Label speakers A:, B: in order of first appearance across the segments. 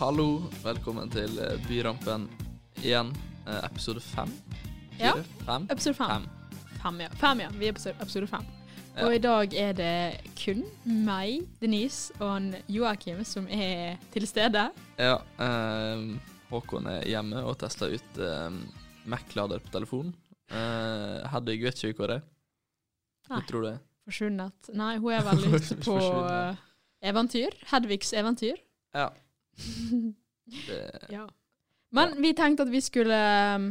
A: Hallo, velkommen til eh, Byrampen igjen, eh, episode fem.
B: Ja.
A: Fire? Fem?
B: Episode fem.
A: Fem.
B: Fem, ja. Fem, ja. Vi er på episode fem.
A: Ja.
B: Og i dag er det kun meg, Denise og han Joakim som er til stede.
A: Ja, eh, Håkon er hjemme og tester ut eh, Mac-lader på telefonen. Eh, Hedvig vet ikke hvor det er.
B: Nei.
A: Hvor tror du det er?
B: Forsvunnet. Nei, hun er vel ute på
A: Forsvunnet.
B: eh, eventyr. Hedvigs eventyr.
A: Ja. Det,
B: Ja. Men vi tenkte at vi skulle um,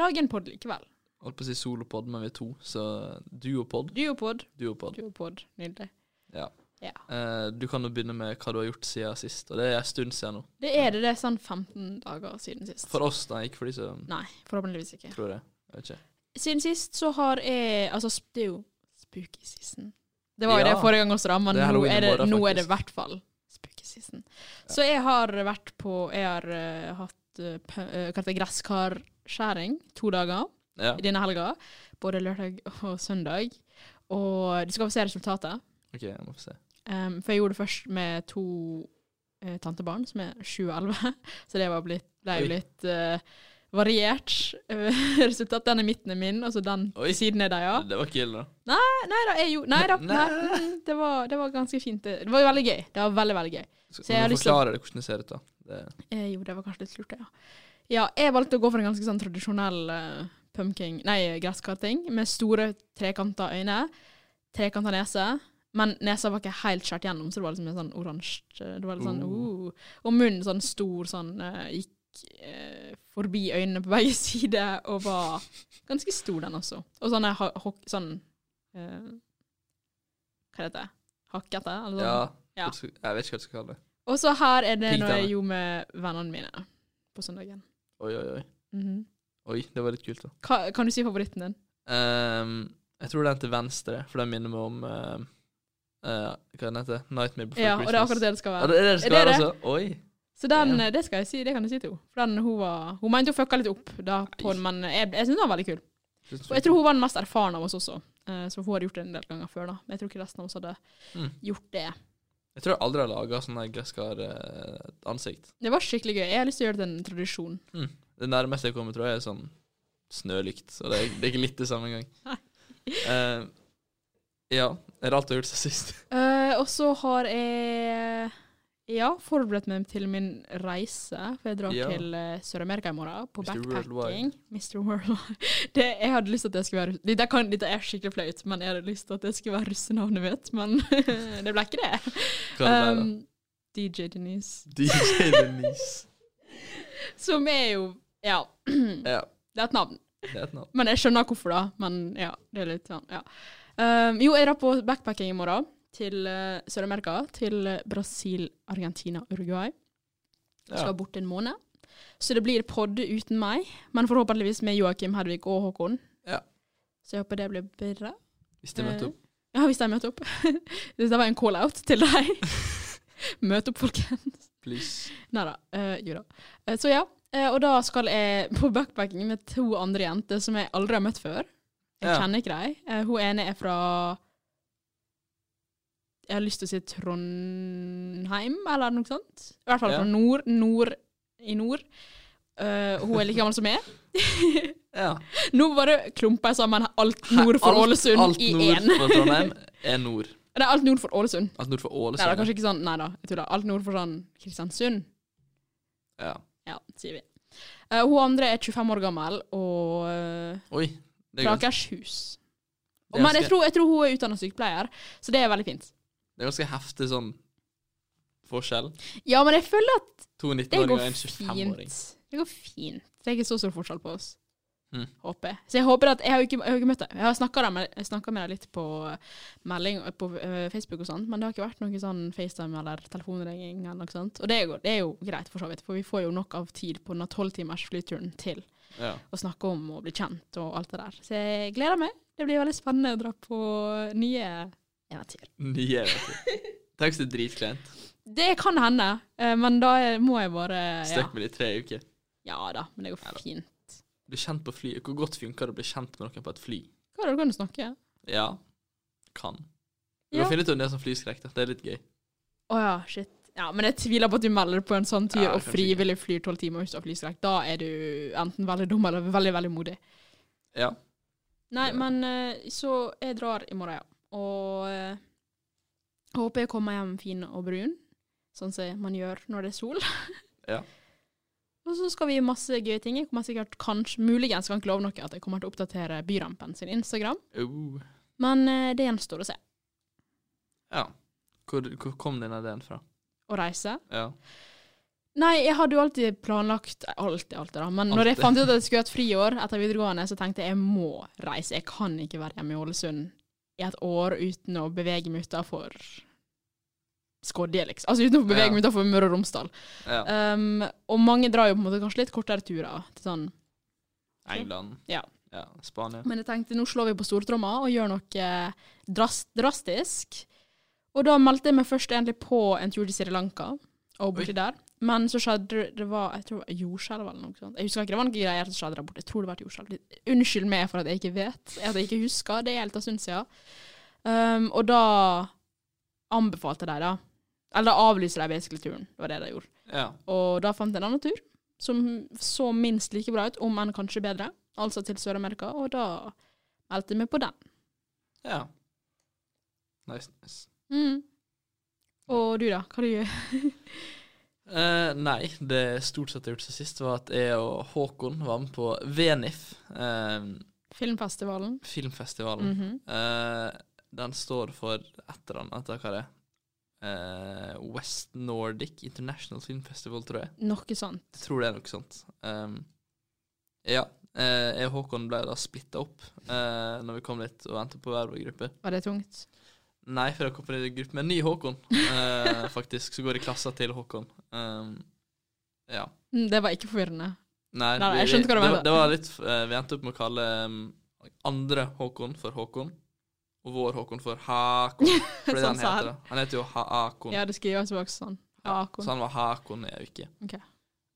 B: lage en pod likevel.
A: holdt på å si solopod, men vi er to, så duopod.
B: Duopod.
A: Duopod.
B: Duopod. Nydelig.
A: Ja.
B: Ja.
A: Eh, du kan jo begynne med hva du har gjort siden sist, og det er en stund siden nå.
B: Det er det. Det er sånn 15 dager siden sist.
A: For oss, da, ikke for de som
B: Nei, forhåpentligvis ikke.
A: tror det. Jeg vet ikke.
B: Siden sist så har jeg Altså, sp- det er jo spooky season. Det var jo
A: Ja.
B: det forrige gang også, da, men
A: Det er
B: nå
A: Halloween i
B: er det,
A: morgen,
B: nå er det i
A: faktisk.
B: hvert fall spooky season. Så jeg har vært på Jeg har eh, hatt eh, p- eh, Kalt det gresskarskjæring to dager
A: Ja,
B: denne helga. Både lørdag og søndag. Og du skal få se resultatet.
A: OK, jeg må få se.
B: Um, for jeg gjorde det først med to eh, tantebarn, som er 7 og 11. Så det var blitt, ble jo
A: Oi.
B: litt eh, variert eh, resultat. Den i midten er min, og så den
A: Oi.
B: til siden er der, ja.
A: Det var ikke ille, da.
B: Nei, nei da, jeg gjorde Nei da. Nei.
A: Nei.
B: mm, Det, var, det var ganske fint. Det, det var jo veldig gøy. Det var veldig, veldig gøy.
A: Så
B: Så jeg har
A: du
B: lyst til å-
A: forklarer det hvordan det ser ut, da. Det,
B: Eh, jo, det var kanskje litt lurt, det, ja. Ja, jeg valgte å gå for en ganske sånn tradisjonell eh, pumpkin, nei, gresskarting, med store trekanta øyne, trekanta nese, men nesa var ikke helt skjært gjennom, så det var liksom en sånn oransje Det var litt sånn
A: Uh.
B: uh. Og munnen sånn stor, sånn eh, gikk eh, forbi øynene på begge sider, og var ganske stor, den også. Og sånn eh, ha- hok- sånn eh, Hva heter det? Hakkete? Eller sånn?
A: ja,
B: Ja.
A: Jeg vet ikke hva du skal kalle det.
B: Og så her er det når
A: Pigtene.
B: jeg gjorde med vennene mine på søndagen.
A: Oi, oi, oi.
B: Mhm.
A: Oi, det var litt kult, da.
B: Ka- kan du si favoritten din?
A: Ehm, jeg tror den til venstre, for den minner meg om ehm, eh, Hva den heter Nightmare Before
B: Ja, og det er
A: Christmas.
B: akkurat det det skal
A: Ja,
B: være.
A: det er det det skal
B: Er
A: være,
B: det det?
A: altså. Oi.
B: Så den,
A: Ja.
B: eh, det skal jeg si, det kan jeg si til henne. For den, hun, var, hun mente hun fucka litt opp da, på den, men eh, jeg, jeg syns den var veldig kul.
A: Tusen
B: Og jeg tror hun var den mest erfarne av oss også, eh, så hun hadde gjort det en del ganger før. da. Men jeg tror ikke resten av oss hadde
A: Mm.
B: gjort det.
A: jeg tror jeg aldri har laga sånn her eh, gresskar-ansikt.
B: Det var skikkelig gøy. Jeg har lyst til å gjøre det til en tradisjon.
A: det nærmeste jeg kommer, tror jeg, er sånn snølykt. Så det er, det er ikke litt det samme engang.
B: Nei.
A: Uh, ja. Det er alt jeg har gjort siden sist.
B: Eh, og så har jeg ja, forberedt meg til min reise, for jeg drar
A: Ja.
B: til eh, Sør-Amerika i morgen på
A: Mr.
B: backpacking.
A: Worldwide.
B: Mr. Worldwide. Det, jeg hadde lyst til at det skulle være Dette, kan, dette er skikkelig flaut, men jeg hadde lyst til at det skulle være russenavnet mitt, men det ble ikke det.
A: Hva er det der, da?
B: Um, DJ Denise,
A: DJ Denise.
B: som er jo Ja, det
A: Ja,
B: er et navn.
A: det er et navn.
B: Men jeg skjønner hvorfor, da. Men ja, det er litt sånn, ja. Um, jo, jeg drar på backpacking i morgen til eh, Sør-Amerika. Til eh, Brasil, Argentina, Uruguay. Jeg
A: Ja.
B: Skal bort en måned. Så det blir podd uten meg, men forhåpentligvis med Joakim, Hedvig og Håkon.
A: Ja.
B: Så jeg håper det blir bra. Eh,
A: Hvis det møtte opp.
B: Ja, hvis de møter opp. det var en call-out til deg. Møt opp, folkens.
A: Please.
B: Nei da. eh, jo da. Eh, så ja. eh, og da skal jeg på backpacking med to andre jenter som jeg aldri har møtt før. Jeg
A: Ja.
B: kjenner ikke dem. Eh, hun ene er fra Jeg har lyst til å si Trondheim, eller noe sånt. I hvert fall
A: Ja.
B: fra nord, nord i nord. Eh, hun er like gammel som meg.
A: Ja.
B: Nå bare klumper jeg sammen alt nord for
A: Alt-
B: Ålesund
A: alt
B: i
A: nord
B: én.
A: for Trondheim er nord.
B: Nei, alt nord for Ålesund.
A: Alt nord for
B: Nei da,
A: Ålesund.
B: kanskje ikke sånn Nei da, jeg tuller. Alt nord for sånn Kristiansund.
A: ja.
B: Ja, sier vi. Eh, hun andre er 25 år gammel og eh,
A: Oi. Det er,
B: fra
A: ganske,
B: Akershus.
A: det, er
B: Men jeg
A: ganske,
B: tror, jeg tror hun er utdanna sykepleier, så det er veldig fint.
A: det er ganske heftig sånn forskjell.
B: Ja, men jeg føler at
A: To
B: det
A: 19-åringer og
B: går
A: en 25-åring.
B: fint. Det går fint. Det er ikke så stor forskjell på oss.
A: Mm.
B: Håper jeg. Så jeg håper at Jeg har jo ikke, jeg har jo ikke møtt deg. Jeg har snakka med, jeg snakket med deg litt på eh, melding og på eh, Facebook og sånn, men det har ikke vært noe sånn FaceTime eller telefonringing eller noe sånt. Og det er, jo- det er jo greit, for så vidt, for vi får jo nok av tid på denne tolvtimers flyturen til
A: Ja.
B: å snakke om og bli kjent og alt det der. Så jeg gleder meg. Det blir veldig spennende å dra på nye eventyr.
A: Nye, vet du. Tenk så dritkleint.
B: Det kan hende, eh, men da er- må jeg bare ja.
A: Støkk med det i tre uker.
B: ja da, men det går fint.
A: Bli kjent på flyet. Hvor godt funker det å bli kjent med noen på et fly?
B: Hva er det du kan snakke?
A: Ja. Kan. Du
B: Ja.
A: kan finne ut om det er sånn flyskrekk. da. Det er litt gøy.
B: Å ja, shit. Ja, men jeg tviler på at du melder deg på en sånn tur
A: Ja,
B: og
A: kanskje
B: frivillig flyr tolv timer hvis du har flystrekk. Da er du enten veldig dum eller veldig, veldig modig.
A: Ja.
B: Nei,
A: Ja.
B: men eh, så jeg drar i morgen, ja. Og eh, håper jeg kommer hjem fin og brun, sånn som man gjør når det er sol.
A: Ja.
B: Og så skal vi gjøre masse gøye ting. Jeg kommer sikkert, kanskje, muligens kan ikke love noe at jeg kommer til å oppdatere Byrampen sin Instagram,
A: Uh.
B: men eh, det gjenstår å se.
A: ja. Hvor, hvor kom den ideen fra?
B: Å reise.
A: Ja.
B: Nei, jeg hadde jo alltid planlagt eh, Alltid, alltid, da. Men når jeg
A: Alltid.
B: fant ut at jeg skulle ha et friår etter videregående, så tenkte jeg jeg må reise. Jeg kan ikke være hjemme i Ålesund i et år uten å bevege meg utafor Skodje, liksom. Altså uten å bevege
A: Ja.
B: meg utafor Møre og Romsdal.
A: ja.
B: Um, og mange drar jo på en måte kanskje litt kortere turer til sånn
A: England.
B: Ja.
A: ja. Spania.
B: Men jeg tenkte nå slår vi på stortromma og gjør noe eh, dras drastisk. Og da meldte jeg meg først egentlig på en tur til Sri Lanka og borti
A: Oi.
B: der. Men så skjedde det- det var, jeg tror det var jordskjelv eller noe sånt. Jeg husker ikke, det var noen greier som skjedde der borte. Jeg tror det var et jordskjelv. Unnskyld meg for at jeg ikke vet, at jeg ikke husker. Det er helt en stund siden. Um, og da anbefalte de da, eller da avlyste de basically turen. Det var det de gjorde.
A: Ja.
B: Og da fant jeg en annen tur som så minst like bra ut, om enn kanskje bedre, altså til Sør-Amerika, og da meldte jeg meg på den.
A: ja. Nice, nice.
B: Mm. Og du, da? Hva du gjør
A: Eh, nei, det stort sett jeg har gjort siden sist, var at jeg og Håkon var med på VNIF, eh,
B: Filmfestivalen?
A: filmfestivalen.
B: Mhm.
A: Eh, den står for et eller annet, etter hva det er. Eh, West Nordic International Film Festival, tror jeg.
B: Noe sånt.
A: Jeg tror det er noe sånt. Um, ja. eh, jeg og Håkon ble da splitta opp eh, når vi kom dit og endte på hver vår gruppe.
B: Var det tungt?
A: Nei, for jeg kom på en gruppe med en ny Håkon, eh, faktisk. Så går i klassa til Håkon. Um, ja.
B: Mm, Det var ikke forvirrende.
A: Sånn. Nei,
B: Nei, nei,
A: vi-
B: jeg skjønte hva du
A: det var-
B: mente.
A: Det var litt, eh, Vi endte opp med å kalle um, andre Håkon for Håkon, og vår Håkon for Hakon. Fordi
B: Sånn
A: han
B: sa han.
A: heter det. Han heter jo Hakon.
B: Ja, det skrives jo også sånn.
A: Ja,
B: Hakon.
A: Så han var Hakon i ei uke.
B: Ok.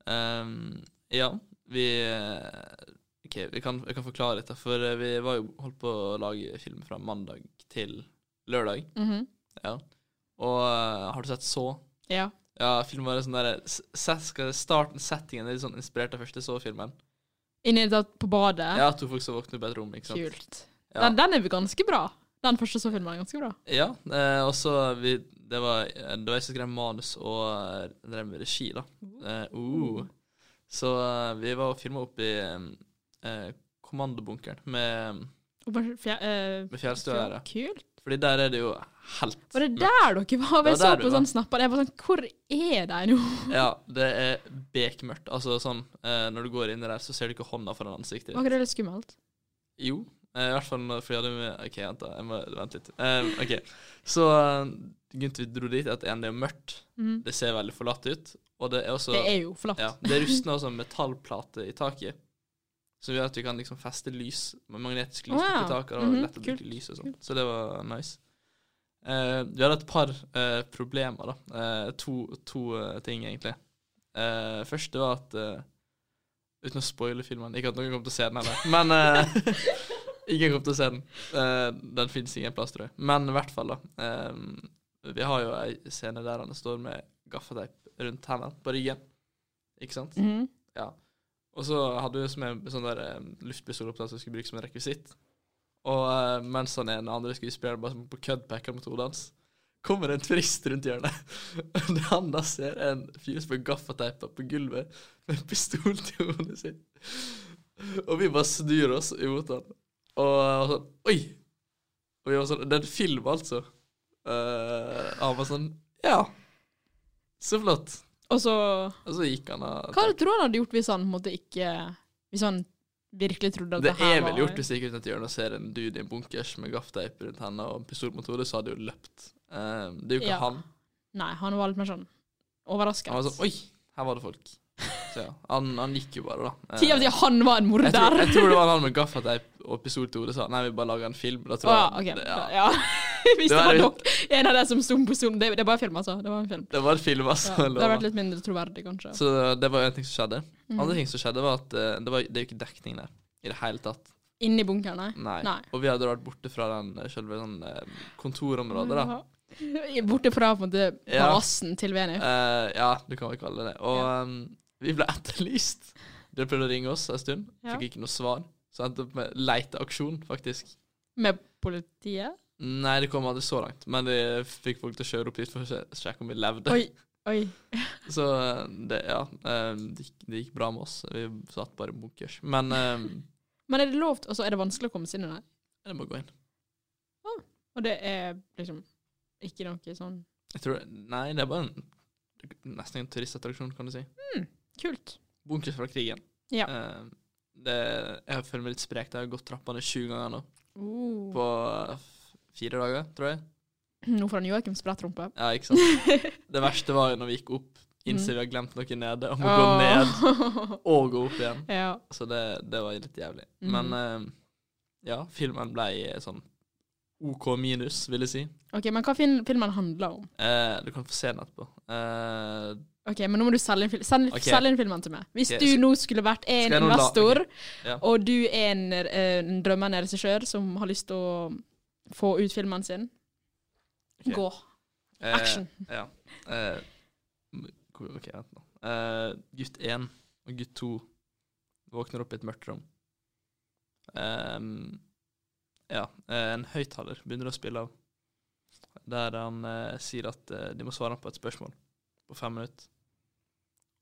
A: Um, ja, vi eh, Ok, vi kan, jeg kan forklare dette, for eh, vi var jo holdt på å lage film fra mandag til lørdag.
B: Mhm.
A: Og eh, har du sett Så?
B: Ja.
A: Ja, filmen var sånn der s- set- skal- Starten, settingen, er litt sånn inspirert av første Så-filmen.
B: Inni da på badet.
A: Ja, to folk som våkner opp i et rom, ikke sant.
B: Kult.
A: Ja.
B: Den, den er jo ganske bra. Den første så filmen er ganske bra.
A: Ja, eh, og så vi, Det var eh, det var jeg som skrev manus og eh, drev med regi, da. Eh, uh. Så eh, vi var og filma opp i eh, kommandobunkeren med
B: Og bare fjer, eh,
A: Med fjellstøere.
B: Kult.
A: Fordi der er det jo helt
B: Var det der dere var?
A: Det var
B: Jeg så
A: der
B: på
A: du var.
B: sånn snapper. Jeg var sånn, hvor er de nå?
A: Ja, det er bekmørkt. Altså sånn eh, Når du går inn der, så ser du ikke hånda foran ansiktet.
B: Var
A: ditt.
B: ikke det litt skummelt?
A: Jo. eh, I hvert fall når fordi hadde med OK, vent, da. Jeg må vente litt. Eh, ok, Så eh, grunnen til vi dro dit, er at en, det er mørkt.
B: Mhm.
A: Det ser veldig forlatt ut. Og det er også
B: Det er jo forlatt.
A: Ja, det rustner også en metallplate i taket, som gjør at vi kan liksom feste lys med magnetisk lys
B: Å, ja.
A: oppi taket. Og
B: Mhm,
A: lett å bruke
B: kult,
A: lys og sånn. Så det var nice. Eh, vi hadde et par eh, problemer, da. Eh, to to eh, ting, egentlig. Eh, først det var at eh, Uten å spoile filmen Ikke at noen kom til å se den heller, men eh, Ingen kom til å se den. Eh, den fins ingen plass, tror jeg. Men i hvert fall, da. eh, Vi har jo ei scene der han står med gaffateip rundt hendene på ryggen. Ikke sant?
B: Mhm.
A: Og så hadde vi som en sånn der eh, luftpistol opp der som vi skulle bruke som en rekvisitt. Og eh, mens han ene andre skuespilleren bare som på kødd peker mot hodet hans, kommer det en turist rundt hjørnet. Det han da ser, er en fyr som er gaffateipa på gulvet med en pistol til hodet sitt. Og vi bare snur oss imot han. Og, og sånn Oi! Og vi var sånn Det er en film, altså. Eh, han var sånn Ja. Så flott.
B: Og så
A: Og så gikk han av.
B: Hva tror du han hadde gjort hvis han på en måte ikke Hvis han virkelig trodde at
A: Det
B: det, her
A: er
B: var
A: vel gjort hvis jeg gikk ut et hjørne og ser en dude i en bunkers med gaffteip rundt henne og en pistol mot hodet, så hadde jeg jo løpt. Eh, det er jo ikke
B: Ja.
A: han.
B: Nei, han var litt mer sånn
A: Han
B: overrasket.
A: var sånn Oi, her var det folk. Så ja, han, han gikk jo bare, da. Eh,
B: Ti av ti, han var en morder!
A: jeg tror, jeg tror det var han med gaffeteip og pistol til hodet sa nei, vi bare lager en film. Da tror
B: Å,
A: jeg
B: ja, ok.
A: det, ja.
B: ja. Hvis
A: Det
B: det
A: var
B: var
A: litt-
B: nok en av de som sto på sonen det, det var en film, altså. Det var en film.
A: det var en film,
B: Ja.
A: altså.
B: Det hadde
A: lover.
B: vært litt Mhm. mindre troverdig, kanskje.
A: Så det var jo en ting som skjedde. Andre ting som skjedde, var at eh, det, var, det er jo ikke dekning der i det hele tatt.
B: Inni bunkeren, nei.
A: Nei. Og vi hadde vært borte fra den eh, selve sånn, eh, kontorområdet,
B: Mm,
A: da.
B: Ja. Borte fra på en måte
A: Ja.
B: palassen til Venif.
A: Eh, ja, du kan vel kalle det det. Og
B: Ja.
A: em, vi ble etterlyst. Dere prøvde å ringe oss en stund,
B: Ja.
A: fikk ikke noe svar. Så endte opp med leiteaksjon, faktisk.
B: Med politiet.
A: Nei, det kom aldri så langt, men de fikk folk til å kjøre opp dit for å sj- sjekke om vi levde.
B: Oi, oi.
A: Så eh, det, ja, em, det, gikk, det gikk bra med oss. Vi satt bare i bunkers. Men eh, em,
B: Men er det lov til Og så er det vanskelig å komme seg inn i den.
A: jeg må gå inn.
B: Og det er liksom ikke noe sånn
A: Jeg tror, nei, det er bare en, nesten en turistattraksjon, kan du si.
B: kult.
A: Bunkers fra krigen.
B: Ja.
A: Em, det, jeg føler meg litt sprek. Jeg har gått trappene sju ganger nå.
B: Oh.
A: på f- fire dager, tror jeg.
B: Nå får han Joakim sprettrumpe.
A: Ja, ikke sant. Det verste var jo når vi gikk opp, innser vi har glemt noe nede, og må gå ned
B: ned.
A: og gå opp igjen.
B: ja.
A: Så det, det var litt jævlig.
B: Mhm.
A: Men eh, ja, filmen ble eh, sånn OK minus, vil jeg si.
B: OK, men hva film, filmen handler om?
A: Eh, du kan få se den etterpå. Eh,
B: Ok, men nå må du selge inn, fil send,
A: Ok.
B: selge inn filmen til meg. Hvis
A: Ok,
B: du
A: sk-
B: nå skulle vært en
A: Skal jeg nå la-
B: investor,
A: Ja.
B: og du er en, eh, en drømmende regissør som har lyst til å få ut filmen sin,
A: Ok.
B: gå.
A: eh,
B: Action.
A: ja. Eh, m- OK, vent nå. Eh, gutt 1 og gutt 2 våkner opp i et mørkt rom. Ehm, ja, eh, en høyttaler begynner å spille av, der han eh, sier at eh, de må svare på et spørsmål på fem minutter.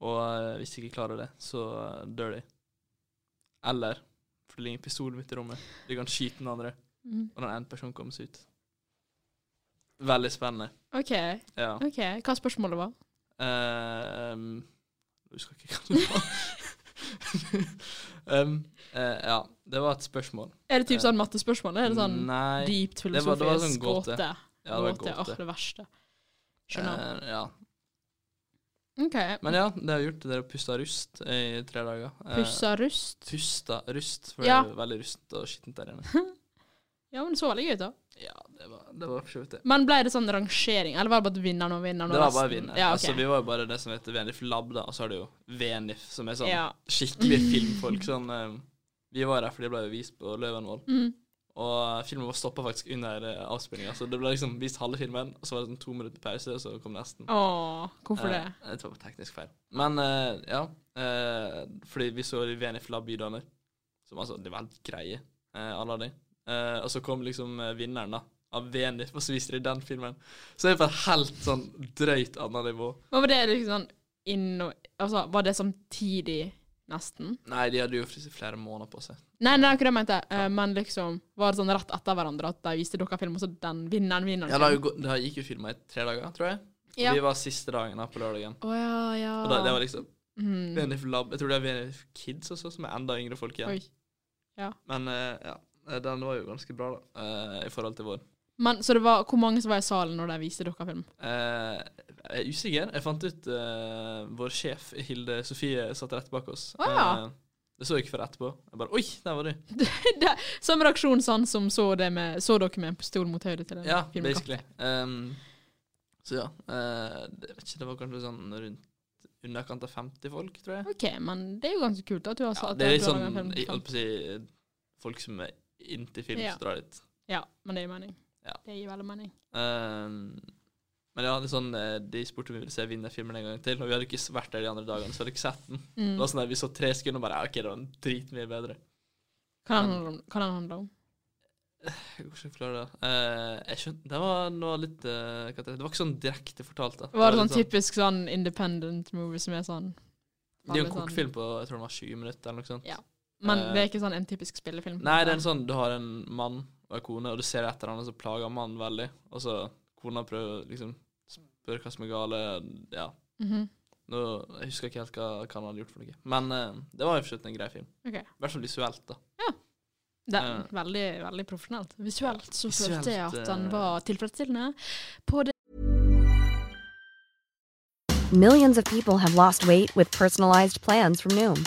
A: Og eh, hvis de ikke klarer det, så eh, dør de. Eller, for det ligger en pistol midt i rommet, de kan skyte den andre,
B: Mm.
A: og den ene personen kommer seg ut. Veldig spennende.
B: OK.
A: Ja.
B: ok. Hva spørsmålet var?
A: Ehm, Jeg husker ikke hva det var. um, eh, ja, det var et spørsmål.
B: Er det
A: Eh,
B: typ sånn mattespørsmål? Er det sånn
A: Nei.
B: dypt
A: det var-
B: filosofisk
A: det var sånn gåte.
B: gåte?
A: Ja, det var gåte.
B: Åh, det verste. Skjønner.
A: Eh, ja.
B: OK.
A: Eh, Men ja, det har vi gjort. Dere har pusta rust i tre dager. Eh,
B: Pussa rust.
A: pusta rust, for
B: Ja.
A: det er veldig rustent og skittent der inne.
B: Ja, men det så veldig gøy ut, da.
A: Ja, det var det. Var for så vidt det.
B: Men ble det sånn rangering, eller var det bare vinneren og vinneren? og
A: Det var bare
B: resten?
A: vinner.
B: Ja, ok.
A: altså, vi var jo bare det som heter Venif Lab, da, og så er det jo Venif, som er sånn
B: Ja.
A: skikkelig filmfolk. Sånn, eh, vi var der fordi det ble jo vist på Løvenvoll.
B: Mm.
A: Og eh, filmen var stoppa faktisk under eh, avspillinga, så det ble liksom vist halve filmen, og så var det sånn to minutter pause, og så kom nesten.
B: Åh, hvorfor det?
A: Eh, det var teknisk feil. Men eh, ja, eh, fordi vi så de Venif Lab bydeler, som altså De var helt greie, eh, alle av de. Eh, og så kom liksom eh, vinneren, da. Av Venif, og så viste de den filmen. Så det er på et helt sånn drøyt annet nivå.
B: Men var det liksom sånn inn og Altså, var det samtidig, nesten?
A: Nei, de hadde jo fri- flere måneder på seg.
B: Nei, nei, det er ikke det jeg mente. Eh, men liksom, var det sånn rett etter hverandre at de viste dere film, og så den vinneren vinner?
A: Ja, det, har jo gå- det har- gikk jo filma i tre dager, tror jeg.
B: Ja.
A: Vi var siste dagen da, på lørdagen.
B: Å ja, ja.
A: Og da, det var liksom
B: mm.
A: VNF Lab Jeg tror det er VNF Kids også, som er enda yngre folk igjen.
B: Oi.
A: Men eh, ja, eh, den var jo ganske bra, da, eh, i forhold til vår.
B: Men, så det var hvor mange som var i salen når de viste dere film?
A: Eh, jeg er usikker. Jeg fant ut eh, vår sjef, Hilde Sofie, satt rett bak oss.
B: Å ja.
A: Eh, det så jeg ikke før etterpå. Jeg bare Oi, der var du!
B: det, som reaksjon sånn som så, det med, så dere med en pistol mot hodet til en
A: Ja,
B: filmkatt.
A: basically. Um, så ja. eh, det, jeg vet ikke, det var kanskje sånn rundt underkant av 50 folk, tror jeg.
B: OK, men det er jo ganske kult at du har
A: Ja,
B: sagt
A: det er
B: at
A: litt
B: du har laget
A: sånn
B: en
A: jeg
B: film.
A: holdt på å si, folk som er inntil film,
B: Ja.
A: som drar dit.
B: Ja, men det gir mening.
A: Ja.
B: Det gir veldig mening.
A: Ehm, Men ja, det er sånn, eh, de spurte om vi ville se Vinner-filmen en gang til, og vi hadde ikke vært der de andre dagene, så vi hadde ikke sett den. Det var sånn der, Vi så tre sekunder og bare ja, OK, det var en dritmye bedre.
B: Hva den handler om? Hva den handler om?
A: Jeg kan ikke forklare det. Eh, jeg skjønte, det var noe litt eh, hva heter det? Det var ikke sånn direkte fortalt. da.
B: Var det
A: litt
B: sånn typisk sånn independent movie som er sånn
A: Det er jo en
B: Alle sånn-
A: kortfilm på jeg tror den var 20 minutter eller noe sånt.
B: Ja. Men
A: Eh,
B: det er ikke sånn en typisk spillefilm?
A: Nei, det er en sånn Du har en mann og en kone, og du ser et eller annet som plager mannen veldig, og så kona prøver å liksom spør hva som er gale, ja.
B: Mhm.
A: Nå, jeg husker ikke helt hva, hva han hadde gjort for noe. Men eh, det var jo for så vidt en grei film.
B: Ok.
A: I hvert fall visuelt, da.
B: Det er
A: Eh.
B: veldig, veldig profesjonelt. Visuelt så
A: Visuelt,
B: følte jeg at den
A: eh.
B: var tilfredsstillende. På det
C: Millions of people have lost weight with personalized plans from Noom,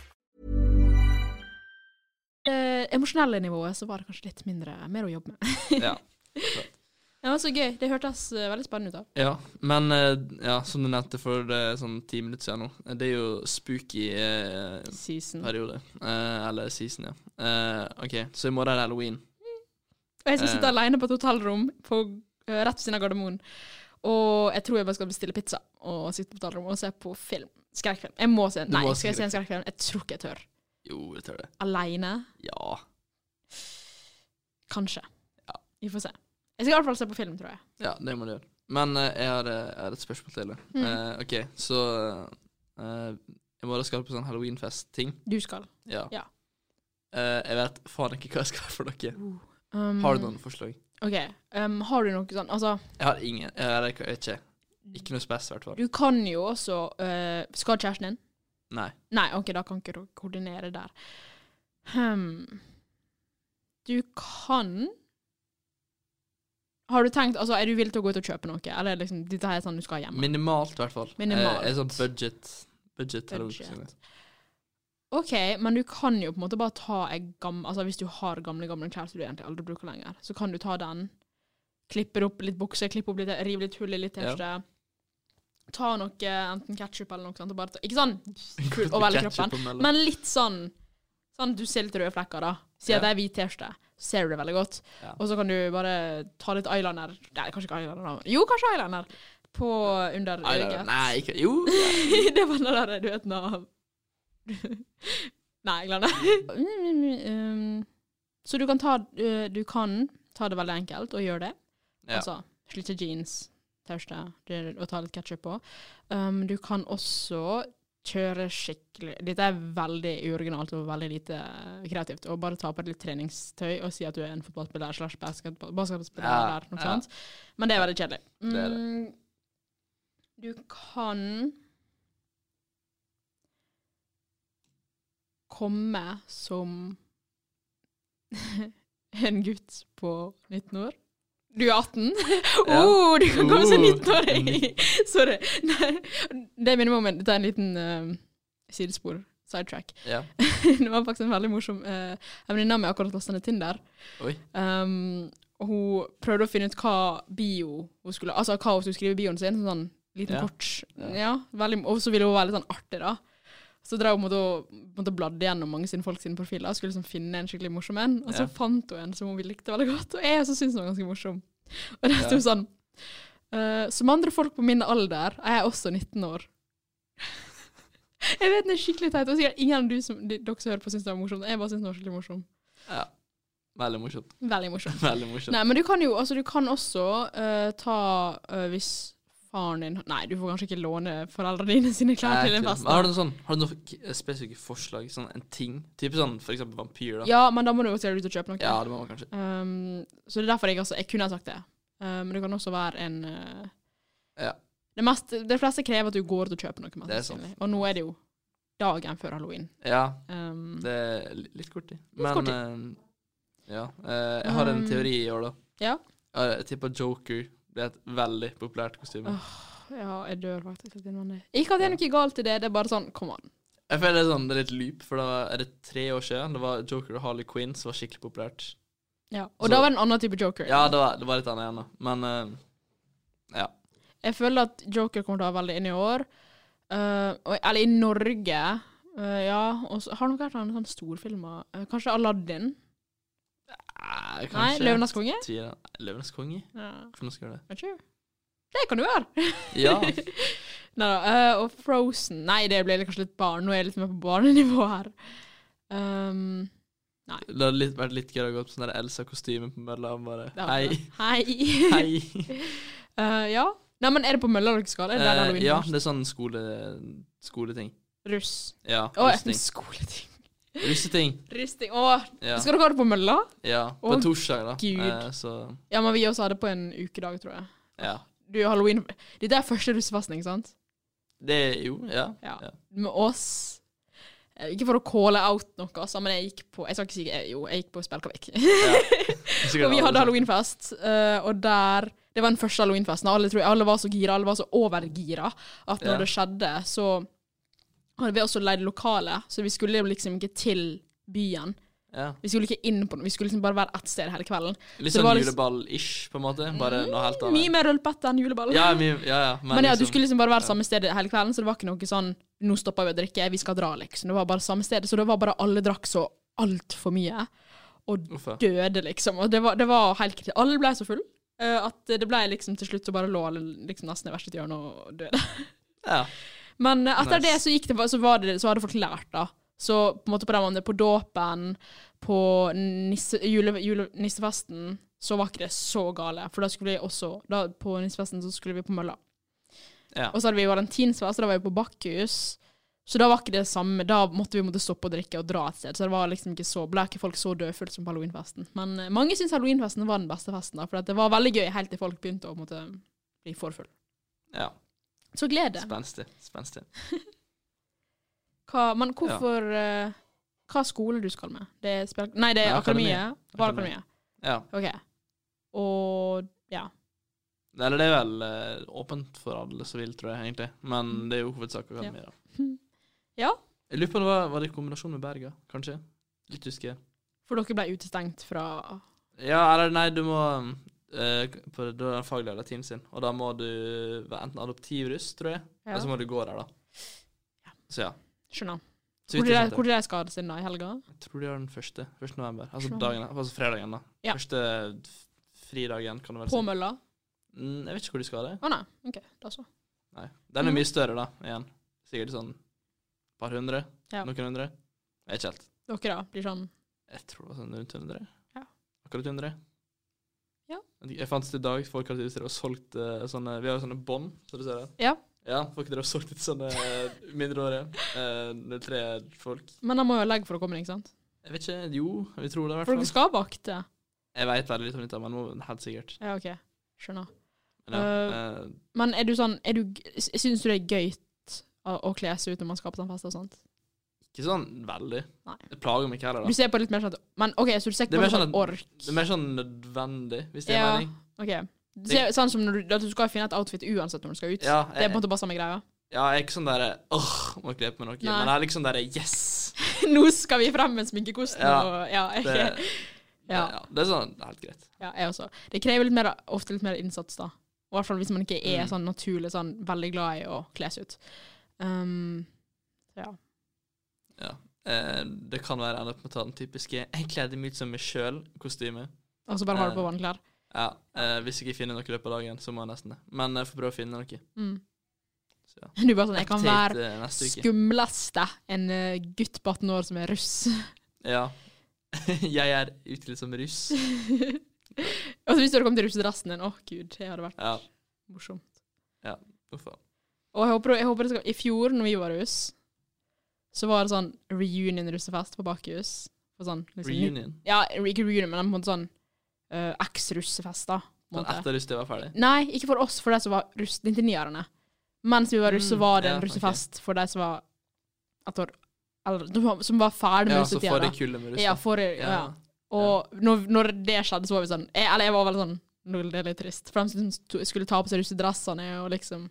B: eh, emosjonelle nivået så var det kanskje litt mindre mer å jobbe med.
A: Ja.
B: Det var så gøy. Det hørtes eh, veldig spennende ut. av.
A: ja. Men eh, ja, som du nevnte for eh, sånn ti minutter siden nå, eh, det er jo spooky eh,
B: Season.
A: periode. Eh, eller season, ja. Eh, OK, så i morgen er det halloween.
B: Og jeg skal sitte
A: Eh.
B: alene på et hotellrom på, eh, rett ved siden av Gardermoen. Og jeg tror jeg bare skal bestille pizza og sitte på hotellrommet og se på film. Skrekkfilm. Jeg må se en.
A: Du
B: Nei,
A: må
B: skal jeg
A: se
B: se en skrekkfilm? Jeg tror ikke jeg tør.
A: Jo, jeg tør det.
B: Aleine?
A: Ja.
B: Kanskje. Vi får se. Jeg skal i hvert fall se på film, tror jeg.
A: Ja, det må du gjøre. Men eh, jeg, har, eh, jeg har et spørsmål til deg.
B: Mm.
A: Eh, OK, så eh, I morgen skal du på sånn halloweenfest-ting.
B: Du skal.
A: Ja.
B: Ja.
A: Eh, jeg vet faen ikke hva jeg skal for dere.
B: Um,
A: Har du noen forslag?
B: OK. Um, har du noe sånn Altså,
A: Jeg har ingen. Jeg har ikke, ikke, ikke noe spes, i hvert fall.
B: du kan jo også eh, Skal kjæresten din?
A: Nei.
B: Nei, OK, da kan ikke du koordinere der. Hmm. Du kan Har du tenkt Altså, er du villig til å gå ut og kjøpe noe? Eller liksom, dette her er sånn du skal ha hjemme?
A: Minimalt, i hvert fall.
B: Minimalt.
A: Eh, en sånn budget. Budget. eller hva
B: Budget.
A: skal jeg si.
B: OK, men du kan jo på en måte bare ta en gam... Altså, hvis du har gamle, gamle klær som du egentlig aldri bruker lenger, så kan du ta den, klippe opp litt bukser, klippe opp litt, rive litt hull i litt T-skjorte. Ta noe, enten ketsjup eller noe sånt, og bare ta Ikke sånn full over hele
A: Ketchup
B: kroppen,
A: og mellom.
B: men litt sånn Sånn, du ser litt røde flekker, da. Si at
A: Ja.
B: det er hvit T-skjorte, så ser du det veldig godt.
A: Ja.
B: Og så kan du bare ta litt eyeliner Nei, kanskje ikke eyeliner. da. Jo, kanskje eyeliner. På under
A: Nei,
B: øyet.
A: Nei, ikke Jo!
B: det var den der, du vet nå Nei, glem det.
A: Mm,
B: Um, så du kan, ta, eh, du kan ta det veldig enkelt og gjøre det.
A: Ja.
B: Altså slitte jeans, T-skjorte det- og ta litt ketsjup på. Um, du kan også kjøre skikkelig Dette er veldig uoriginalt og veldig lite kreativt. Og bare ta på deg litt treningstøy og si at du er en fotballspiller slash basketball- basketballspiller.
A: Ja,
B: eller noe
A: ja.
B: sånt. Men det er veldig kjedelig.
A: Det er det.
B: Mm, Du kan komme som en gutt på 19 år. Du er 18.
A: Ja.
B: Oh, du kan komme som
A: Oh,
B: 19-åring! Sorry. Nei, det minner meg om en- Dette er en liten eh, sidespor. Sidetrack.
A: Ja.
B: det var faktisk en veldig morsom uh, En venninne av meg akkurat lastet ned Tinder.
A: Oi.
B: Um, og hun prøvde å finne ut hva bio hun skulle Altså hva hun skulle skrive i bioen sin. Sånn, sånn liten
A: Ja.
B: kort. Ja. veldig, og så ville hun være litt sånn artig, da. Så drev hun og måtte bladde gjennom mange sine folk sine profiler og skulle liksom finne en skikkelig morsom en. Og så
A: Ja.
B: fant hun en som hun likte veldig godt, og jeg også syntes den var ganske morsom. Og der sto sånn eh, Som andre folk på min alder er jeg også 19 år. jeg vet den er skikkelig teit, og sikkert ingen av du som, de, dere som hører på, syns den var morsom. Jeg bare syns den var skikkelig morsom.
A: Ja. Veldig morsomt.
B: Veldig morsom.
A: Veldig morsomt.
B: Nei, men du kan jo altså, du kan også eh, ta eh, hvis faren din Nei, du får kanskje ikke låne foreldrene dine sine klær
A: Nei,
B: til en
A: ikke. Eh,
B: fest.
A: Men Har du noen sånn, har du noen k- spesifikke forslag? Sånn en ting? Type sånn for eksempel vampyr, da.
B: Ja, men da må du jo til ut og kjøpe noe.
A: ja det må man kanskje.
B: Um, så det er derfor jeg, altså, jeg kunne ha sagt det. Uh, men det kan også være en uh,
A: Ja.
B: det, mest, det fleste krever at du går ut og kjøper noe. mest
A: Det er sant.
B: sannsynlig. Og nå er det jo dagen før halloween.
A: Ja,
B: Um,
A: det er li- litt kort tid.
B: Litt
A: Men
B: kort
A: eh, ja. Eh, jeg har en
B: Um,
A: teori i år, da.
B: ja.
A: Ja, Jeg tipper Joker blir et veldig
B: Ah.
A: populært kostyme.
B: ja, jeg dør faktisk. at det er noen- Ikke at det er noe galt i det, det er bare sånn, kom an.
A: Jeg føler det er sånn, det er litt loop, for da er det tre år siden. Det var Joker og Harley Quinn som var skikkelig populært.
B: Ja. Og
A: Så-
B: da var det en annen type joker.
A: Ja, det var, det var litt annet igjen, da. Men eh, ja.
B: Jeg føler at joker kommer til å være veldig inn i år. Eh, og, eller i Norge. Eh, ja, og så har det nok vært noen sånne storfilmer. Uh, kanskje Aladdin?
A: Eh,
B: Nei,
A: kanskje-
B: Løvenes konge?
A: Tviler. Løvenes konge?
B: Ja.
A: Hvordan skal jeg gjøre det?
B: Kanskje? Det kan du være.
A: Ja.
B: Neida, eh, og Frozen Nei, det ble kanskje litt barn. Nå er jeg litt mer på barnenivå her. Um,
A: Det hadde litt, vært litt gøy å gå opp sånn der Elsa-kostyme på mølla og bare
B: det var
A: Hei.
B: det. Hei.
A: Hei.
B: Eh, ja. Nei, men er det på Mølla dere skal? Er det der
A: Eh,
B: Halloween
A: ja,
B: først?
A: det er sånn skole, skoleting.
B: Russ.
A: Ja.
B: Å,
A: Rusting.
B: skoleting.
A: Russeting.
B: Rusting. Å,
A: Ja.
B: skal dere ha det på Mølla?
A: ja. På
B: Å,
A: torsdag, da.
B: Gud.
A: Eh, så
B: Ja, men vi også hadde på en ukedag, tror jeg.
A: ja.
B: Du, halloween Dette er første russefesten, ikke sant?
A: Det Jo, ja.
B: Ja.
A: Ja.
B: Med oss Eh, Ikke for å calle out noe, altså, men jeg gikk på Jeg skal ikke si jeg, Jo, jeg gikk på Spjelkavik.
A: Sikkert
B: og vi
A: alle
B: hadde
A: som-
B: halloweenfest, eh, og der Det var den første halloweenfesten. og Alle, tror jeg, alle var så gira, alle var så overgira at når
A: Ja.
B: det skjedde, så hadde vi også leid lokale, så vi skulle jo liksom ikke til byen.
A: Ja.
B: Vi skulle ikke inn på noe, vi skulle liksom bare være ett sted hele kvelden.
A: Litt
B: Så det var
A: sånn
B: liksom-
A: juleball-ish, på en måte. Bare noe helt annet.
B: Mye mer rølpete enn juleball.
A: Ja, mye, ja, ja.
B: men, ja, du skulle liksom bare være samme sted hele kvelden, så det var ikke noe sånn 'nå stopper vi å drikke, vi skal dra', liksom. Det var bare samme sted. Så det var bare alle drakk så altfor mye, og
A: Uff, ja.
B: døde, liksom. Og det var, det var helt kritisk. Alle ble så full eh, at det ble liksom til slutt så bare lå alle liksom nesten i verste hjørne og døde.
A: Ja.
B: Men eh, etter
A: Nice.
B: det så gikk det, så, var det, så hadde folk lært, da. Så på en måte på den måten, på dåpen, på nisse, jule, jule, nissefesten, så var ikke det så gale. For da skulle vi også, da, på nissefesten så skulle vi på mølla.
A: Ja.
B: Og så hadde vi valentinsfest, og da var vi på Bakkhus. Så da var ikke det samme, da måtte vi måtte stoppe å drikke og dra et sted. Så det var liksom ikke så, ble ikke folk så dødfullt som på halloweenfesten. Men eh, mange syns halloweenfesten var den beste festen, da, for at det var veldig gøy helt til folk begynte å på en måte, bli for full.
A: ja.
B: Så glede.
A: Spenstig. Spenstig.
B: Hva, men hvorfor eh, Hva skole du skal med? Det er spel... Nei, det er
A: Nei,
B: akademiet. Bare
A: Akademi.
B: akademiet.
A: Ja.
B: OK. Og ja.
A: Eller det er vel eh, åpent for alle som vil, tror jeg, egentlig. Men det er jo hovedsak akademia. da.
B: Mm. Ja,
A: Jeg lurer på om det var, var det i kombinasjon med Berga, kanskje? Litt husker jeg.
B: for dere ble utestengt fra
A: Ja, eller nei, du må eh, på, Da er det faglederteamet sin, og da må du være enten adoptivruss, tror jeg,
B: Ja.
A: eller så må du gå der, da. Så ja.
B: Skjønner.
A: Så
B: Hvor
A: vidt
B: er
A: jeg
B: det-
A: skjønte.
B: hvor er det skadet sin da? I helga?
A: Jeg tror de har den første. 1. november. Altså
B: Sånn.
A: dagen, altså fredagen, da.
B: Ja.
A: Første f- fridagen, kan det vel
B: På
A: si.
B: mølla?
A: Mm, jeg vet ikke hvor de skal ha det.
B: Å nei. OK, da så.
A: Nei. Den er
B: Mhm.
A: mye større, da, igjen. Sikkert sånn par hundre.
B: Ja.
A: Noen hundre. Jeg vet ikke helt.
B: Dere da blir sånn
A: Jeg tror det var sånn rundt hundre.
B: Ja.
A: Akkurat hundre.
B: Ja.
A: Jeg jeg fant ut i dag folk hadde drevet og solgt eh, sånne Vi har jo sånne bånd, så du ser det.
B: Ja.
A: Ja, folk drev og solgte til sånne eh, mindreårige. eh, det er tre folk.
B: Men de må jo legge for å komme inn, ikke sant?
A: Jeg vet ikke. Jo, vi tror det, i
B: For
A: hvert
B: dere
A: fall.
B: skal vakte.
A: Jeg veit veldig lite om dette, men må, helt sikkert.
B: Ja, OK. Skjønner.
A: Men ja, eh,
B: Men er du sånn er du, g- s- Syns du det er gøy å, å kle seg ut når man skal på sånn fest og sånt?
A: Ikke sånn veldig.
B: Nei.
A: Det plager meg ikke heller.
B: Du
A: da.
B: ser på det litt mer sånn at Men OK, så du ser
A: Det
B: ikke
A: er mer
B: på det som
A: sånn
B: et ork?
A: Det er mer sånn nødvendig, hvis det er
B: Ja.
A: mening.
B: Ok. Du ser, sånn som når du, at du skal finne et outfit uansett når du skal ut.
A: Ja,
B: det er på en
A: jeg,
B: måte bare samme greia.
A: ja, jeg er ikke sånn derre åh, må kle på meg noe.
B: Nei.
A: Men jeg er liksom derre yes!
B: Nå skal vi frem med sminkekosten
A: Ja,
B: og ja,
A: Det,
B: jeg, ja,
A: ja, det er sånn det er helt greit.
B: ja, jeg også. Det krever litt mer, ofte litt mer innsats, da. I hvert fall hvis man ikke er
A: Mm.
B: sånn naturlig sånn veldig glad i å kle seg ut. Um,
A: Eh, det kan være jeg ender opp med å ta den typiske 'jeg kledde meg ut som meg sjøl'-kostyme.
B: og så bare har du på
A: Eh.
B: vannklær.
A: Ja, eh, Hvis jeg ikke finner noe i løpet av dagen, så må jeg nesten det. Men jeg får prøve å finne noe.
B: Mm.
A: Så ja.
B: Du bare sånn Jeg kan være
A: Update, eh, neste uke.
B: skumleste en eh, gutt på 18 år som er russ.
A: Ja. jeg er utkledd som russ.
B: Og så hvis du hadde kommet i russedressen din, å gud, det hadde vært
A: Ja.
B: morsomt.
A: Uff a.
B: Og jeg håper, jeg håper det skal I fjor, når vi var russ, så var det sånn reunion-russefest på Bakhus. Og sånn, liksom,
A: Reunion.
B: Ja, ikke reunion, men på en måte sånn eh, eks-russefest, da. på
A: Sånn
B: en måte.
A: etter russ til jeg var ferdig.
B: Nei, ikke for oss, for de som var russ, 99-erne. Mens vi var russ, så
A: Mm,
B: var det
A: ja,
B: en
A: ok.
B: russefest for de som var et år eldre, de var- som var ferdig med
A: Ja, så
B: russetida.
A: får jeg
B: da.
A: kullet med russ.
B: Ja,
A: da.
B: forrige, ja.
A: Ja.
B: Og når, når det skjedde, så var vi sånn jeg, Eller jeg var veldig sånn nå er Det litt trist. For de som to- skulle ta på seg russedressene og liksom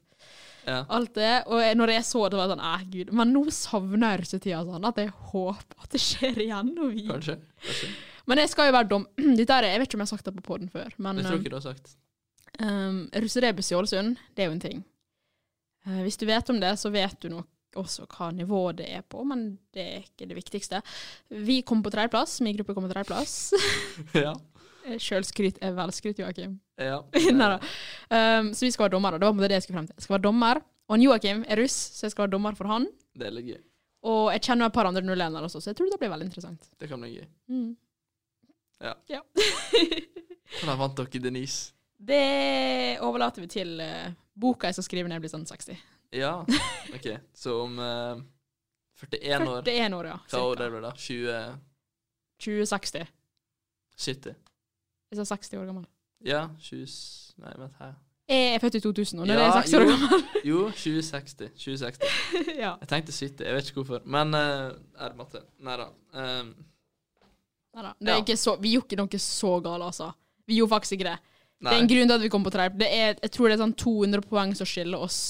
A: Ja.
B: Alt det. Og jeg- når jeg så det, var jeg sånn Æh, gud. Men nå savner jeg russetida sånn at jeg håper at det skjer igjen. Og vi.
A: Kanskje. Kanskje.
B: Men jeg skal jo være dom... Dette er, jeg vet ikke om jeg har sagt det på poden før, men
A: Det tror jeg
B: um,
A: ikke du har sagt.
B: russerebus i Ålesund, det er jo en ting. Eh, hvis du vet om det, så vet du nok også hva nivået det er på, men det er ikke det viktigste. Vi kom på tredjeplass. Min gruppe kom på tredjeplass.
A: ja.
B: Eh, Sjølskryt er velskryt, Joakim.
A: ja.
B: Nei da. Um, så vi skal være dommere. Det var på en måte det jeg skulle frem til. Jeg skal være dommer. Og han Joakim er russ, så jeg skal være dommer for han.
A: Det er litt gøy.
B: Og jeg kjenner et par andre 01-ere også, så jeg tror det blir veldig interessant.
A: Det kan bli gøy.
B: Mm.
A: Ja. Hvordan vant dere Denise?
B: det overlater vi til eh, boka jeg skal skrive når jeg blir sånn 60.
A: Ja, OK. Så om eh, 41 år
B: 41 år, ja.
A: Hva år
B: cirka.
A: det ble da? 2070?
B: 2060. Jeg sa 60 år gammel.
A: Ja, 20... s- Nei, vent her.
B: Jeg er født i 2000, og når
A: Ja,
B: jeg er 60 år
A: jo.
B: gammel.
A: Jo, 2060. 2060.
B: ja.
A: Jeg tenkte 70, jeg vet ikke hvorfor. Men uh, er det matte? Nei da. Um,
B: Neida. Det er
A: Ja.
B: ikke så, vi gjorde ikke noe så gale, altså. Vi gjorde faktisk ikke det. Det
A: nei.
B: er en grunn til at vi kom på tredje. Det er, jeg tror det er sånn 200 poeng som skiller oss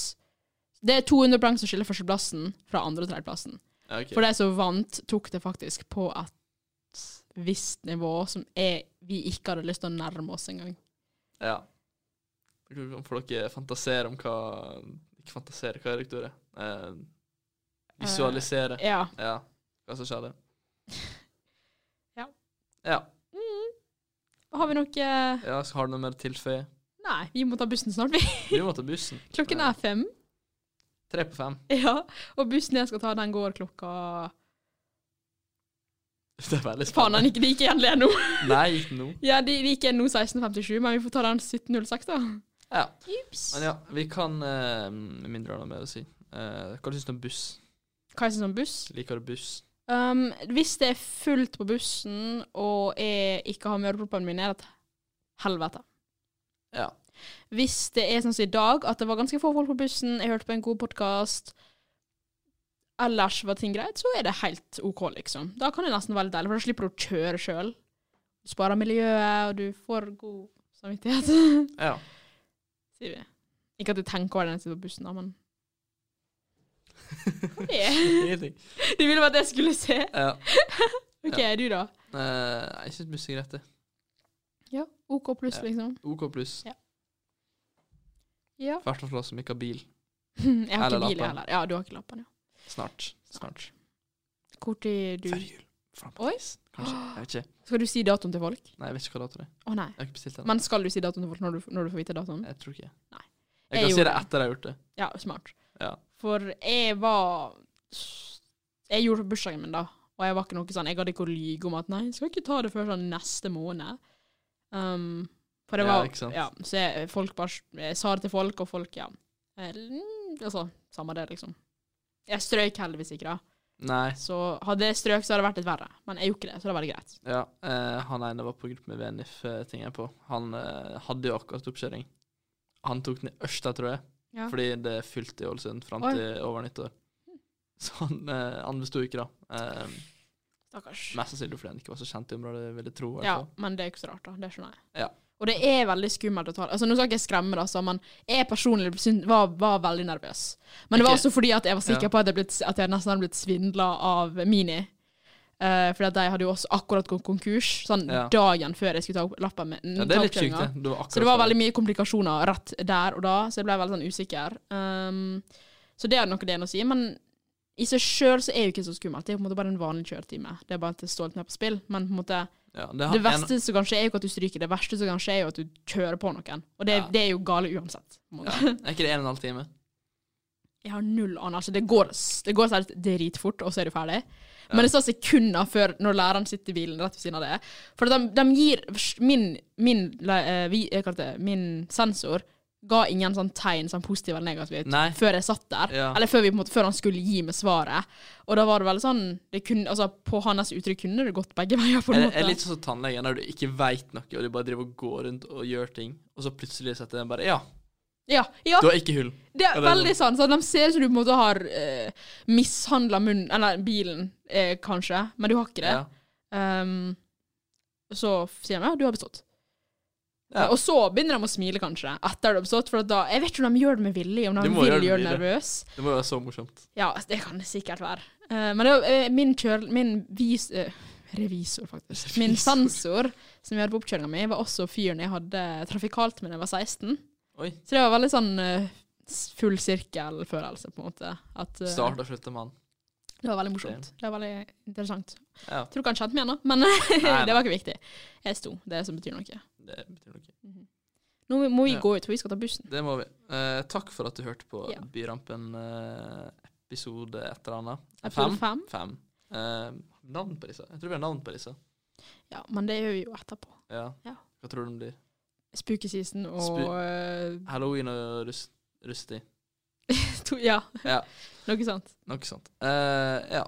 B: Det er 200 poeng som skiller førsteplassen fra andre- og tredjeplassen.
A: Ja, ok.
B: For de som vant, tok det faktisk på et visst nivå som er, vi ikke hadde lyst til å nærme oss engang.
A: Ja. Hvordan Får dere fantasere om hva Ikke fantasere, hva er det ordet? Uh, visualisere.
B: Ja.
A: Ja. Hva som skjedde.
B: Ja.
A: Ja.
B: Mm. Har vi noe
A: ja så har du noe mer å tilføye?
B: Nei, vi må ta bussen snart, vi.
A: Vi må ta bussen.
B: Klokken
A: Ja.
B: er fem.
A: Tre på fem.
B: Ja. Og bussen jeg skal ta, den går klokka
A: Det er veldig
B: Faen,
A: spennende.
B: den gikk, de gikk igjen nå.
A: Nei, ikke nå.
B: Ja, de, de gikk igjen nå 16.57, men vi får ta den 17.06, da.
A: Ja.
B: Ups.
A: Men ja, vi kan eh, Mindre har noe mer å si. Eh, hva syns du om buss?
B: Hva jeg syns om buss?
A: Liker du buss?
B: Um, hvis det er fullt på bussen, og jeg ikke har med øreproppene mine, er det et helvete.
A: Ja.
B: Hvis det er sånn som i dag, at det var ganske få folk på bussen, jeg hørte på en god podkast, ellers var ting greit, så er det helt OK, liksom. Da kan det nesten være litt deilig, for da slipper du å kjøre sjøl. Du sparer miljøet, og du får god samvittighet,
A: Ja.
B: sier vi. Ikke at jeg tenker over det når jeg sitter på bussen, da, men Ok.
A: Ingenting.
B: Du ville bare at jeg skulle se.
A: Ja.
B: OK, du, da?
A: Eh, jeg syns buss er greit, det.
B: Ja. OK pluss,
A: Ja.
B: liksom.
A: OK pluss.
B: Ja.
A: I hvert fall for oss som ikke har bil.
B: Jeg har
A: Eller
B: ikke bil, jeg
A: lappen.
B: heller. Ja, du har ikke lappen, ja.
A: Snart. Snart.
B: Hvor tid du
A: Før jul. Fram på
B: Oi.
A: tis. Kanskje. Jeg vet ikke.
B: Skal du si datoen til folk?
A: Nei, jeg vet ikke hva dato det er.
B: Å nei.
A: Jeg har ikke bestilt den.
B: Men skal du si datoen til folk når du, når du får vite datoen?
A: Jeg tror ikke.
B: Nei.
A: Jeg kan
B: Jeg
A: si
B: gjorde
A: det
B: det.
A: etter jeg har gjort det.
B: Ja, smart.
A: Ja.
B: For jeg var Jeg gjorde det på bursdagen min, da. Og jeg var ikke noe sånn Jeg hadde ikke å lyge om at nei, jeg skal ikke ta det før sånn neste måned. Um, for det
A: Ja,
B: var
A: ikke sant.
B: Ja, så jeg, folk bare Jeg sa det til folk, og folk, ja. Eh, Altså, samme det, liksom. Jeg strøyk heldigvis ikke, da.
A: Nei.
B: Så hadde jeg strøk, så hadde det vært litt verre. Men jeg gjorde ikke det, så det var veldig greit.
A: Ja. eh, han ene var på gruppe med VNIF-ting jeg er på. Han eh, hadde jo akkurat oppkjøring. Han tok den i Ørsta, tror jeg.
B: Ja.
A: Fordi det er fylt i Ålesund fram
B: Oi.
A: til over nyttår. Så han, eh, han besto ikke, da. Eh,
B: Stakkars.
A: mest sannsynlig fordi han ikke var så kjent i området, vil jeg tro. i hvert
B: Ja,
A: fall.
B: men det er jo ikke så rart, da. Det skjønner jeg.
A: Ja.
B: Og det er veldig skummelt å ta Altså, Nå skal ikke jeg skremme, altså, men jeg personlig syn- var, var veldig nervøs. Men det var
A: Ok.
B: også fordi at jeg var sikker
A: Ja.
B: på at jeg, blitt, at jeg nesten hadde blitt svindla av Mini. Eh, fordi at de hadde jo også akkurat gått konkurs sånn
A: Ja.
B: dagen før jeg skulle ta opp lappen. Med,
A: Ja, det er
B: ta
A: litt sykt,
B: oppkjøringa.
A: det. Du var
B: mm, Så det var veldig mye komplikasjoner rett der og da, så jeg ble veldig sånn usikker. Um, så det er nok det ene å si, men i seg sjøl så er jo ikke så skummelt. Det er jo på en måte bare en vanlig kjøretime. Det er bare at det står litt mer på spill. Men på en måte,
A: ja, det, har-
B: det verste som kan skje, er jo ikke at du stryker. Det verste som kan skje, er jo at du kjører på noen. Og det,
A: Ja.
B: det er jo gale uansett. på en
A: en, ja,
B: måte.
A: Er ikke det en og en halv time?
B: Jeg har null anelse. Altså, Det går, s- det går særlig dritfort, og så er du ferdig.
A: Ja.
B: Men det står sekunder før når læreren sitter i bilen rett ved siden av det. For de, de gir Min, min, le- eh, vi, jeg kaller det, min sensor ga ingen sånn tegn sånn positivt eller negativt
A: Nei.
B: før jeg satt der.
A: Ja.
B: Eller før, vi, på en måte, før han skulle gi meg svaret. Og da var det veldig sånn det kunne, altså, På hans uttrykk kunne det gått begge veier, på en
A: Er,
B: måte.
A: er litt sånn som tannlegen, der du ikke veit noe, og du bare driver og går rundt og gjør ting, og så plutselig setter den bare Ja,
B: ja, ja,
A: du har ikke hull.
B: det er
A: Ja, det er
B: veldig sant. Sånn, de ser ut som du på en måte har eh, mishandla munnen, eller bilen, eh, kanskje, men du har ikke det.
A: Ja.
B: Ehm, så sier han ja, du har bestått.
A: Ja.
B: Og så begynner de å smile, kanskje, etter det har oppstått. For at da, jeg vet ikke om de gjør det med vilje, om de,
A: De må gjøre
B: vil
A: det
B: gjøre det
A: med vilje.
B: nervøs.
A: Det må jo være så morsomt.
B: Ja, altså, det kan det sikkert være. Eh, men det, er jo, eh, min kjøl... Min vis... eh, revisor, faktisk. Min
A: Revisor.
B: sensor som jeg hadde på oppkjøringa mi, var også fyren jeg hadde trafikalt med da jeg var 16.
A: Oi.
B: Så det var veldig sånn eh, s- full sirkel-følelse, på en måte. At, eh,
A: Starta og slutta med han.
B: det var veldig morsomt. Det var veldig interessant.
A: Ja,
B: Jeg tror ikke han kjente meg ennå, men
A: nei.
B: det var ikke viktig. Jeg sto. Det er det som betyr noe.
A: det betyr noe.
B: Nå må vi
A: Ja.
B: gå ut, for vi skal ta bussen.
A: Det må vi. Eh, takk for at du hørte på
B: Ja.
A: Byrampen eh, episode et eller annet.
B: Episode fem.
A: Fem. Eh, navn på disse? Jeg tror vi har navn på disse.
B: Ja, men det gjør vi jo etterpå.
A: Ja.
B: Ja.
A: Hva tror du de blir?
B: Spooky-season og
A: Halloween og rus rustig.
B: eh, to, Ja.
A: Ja.
B: Noe sånt.
A: Noe sånt. Eh, ja.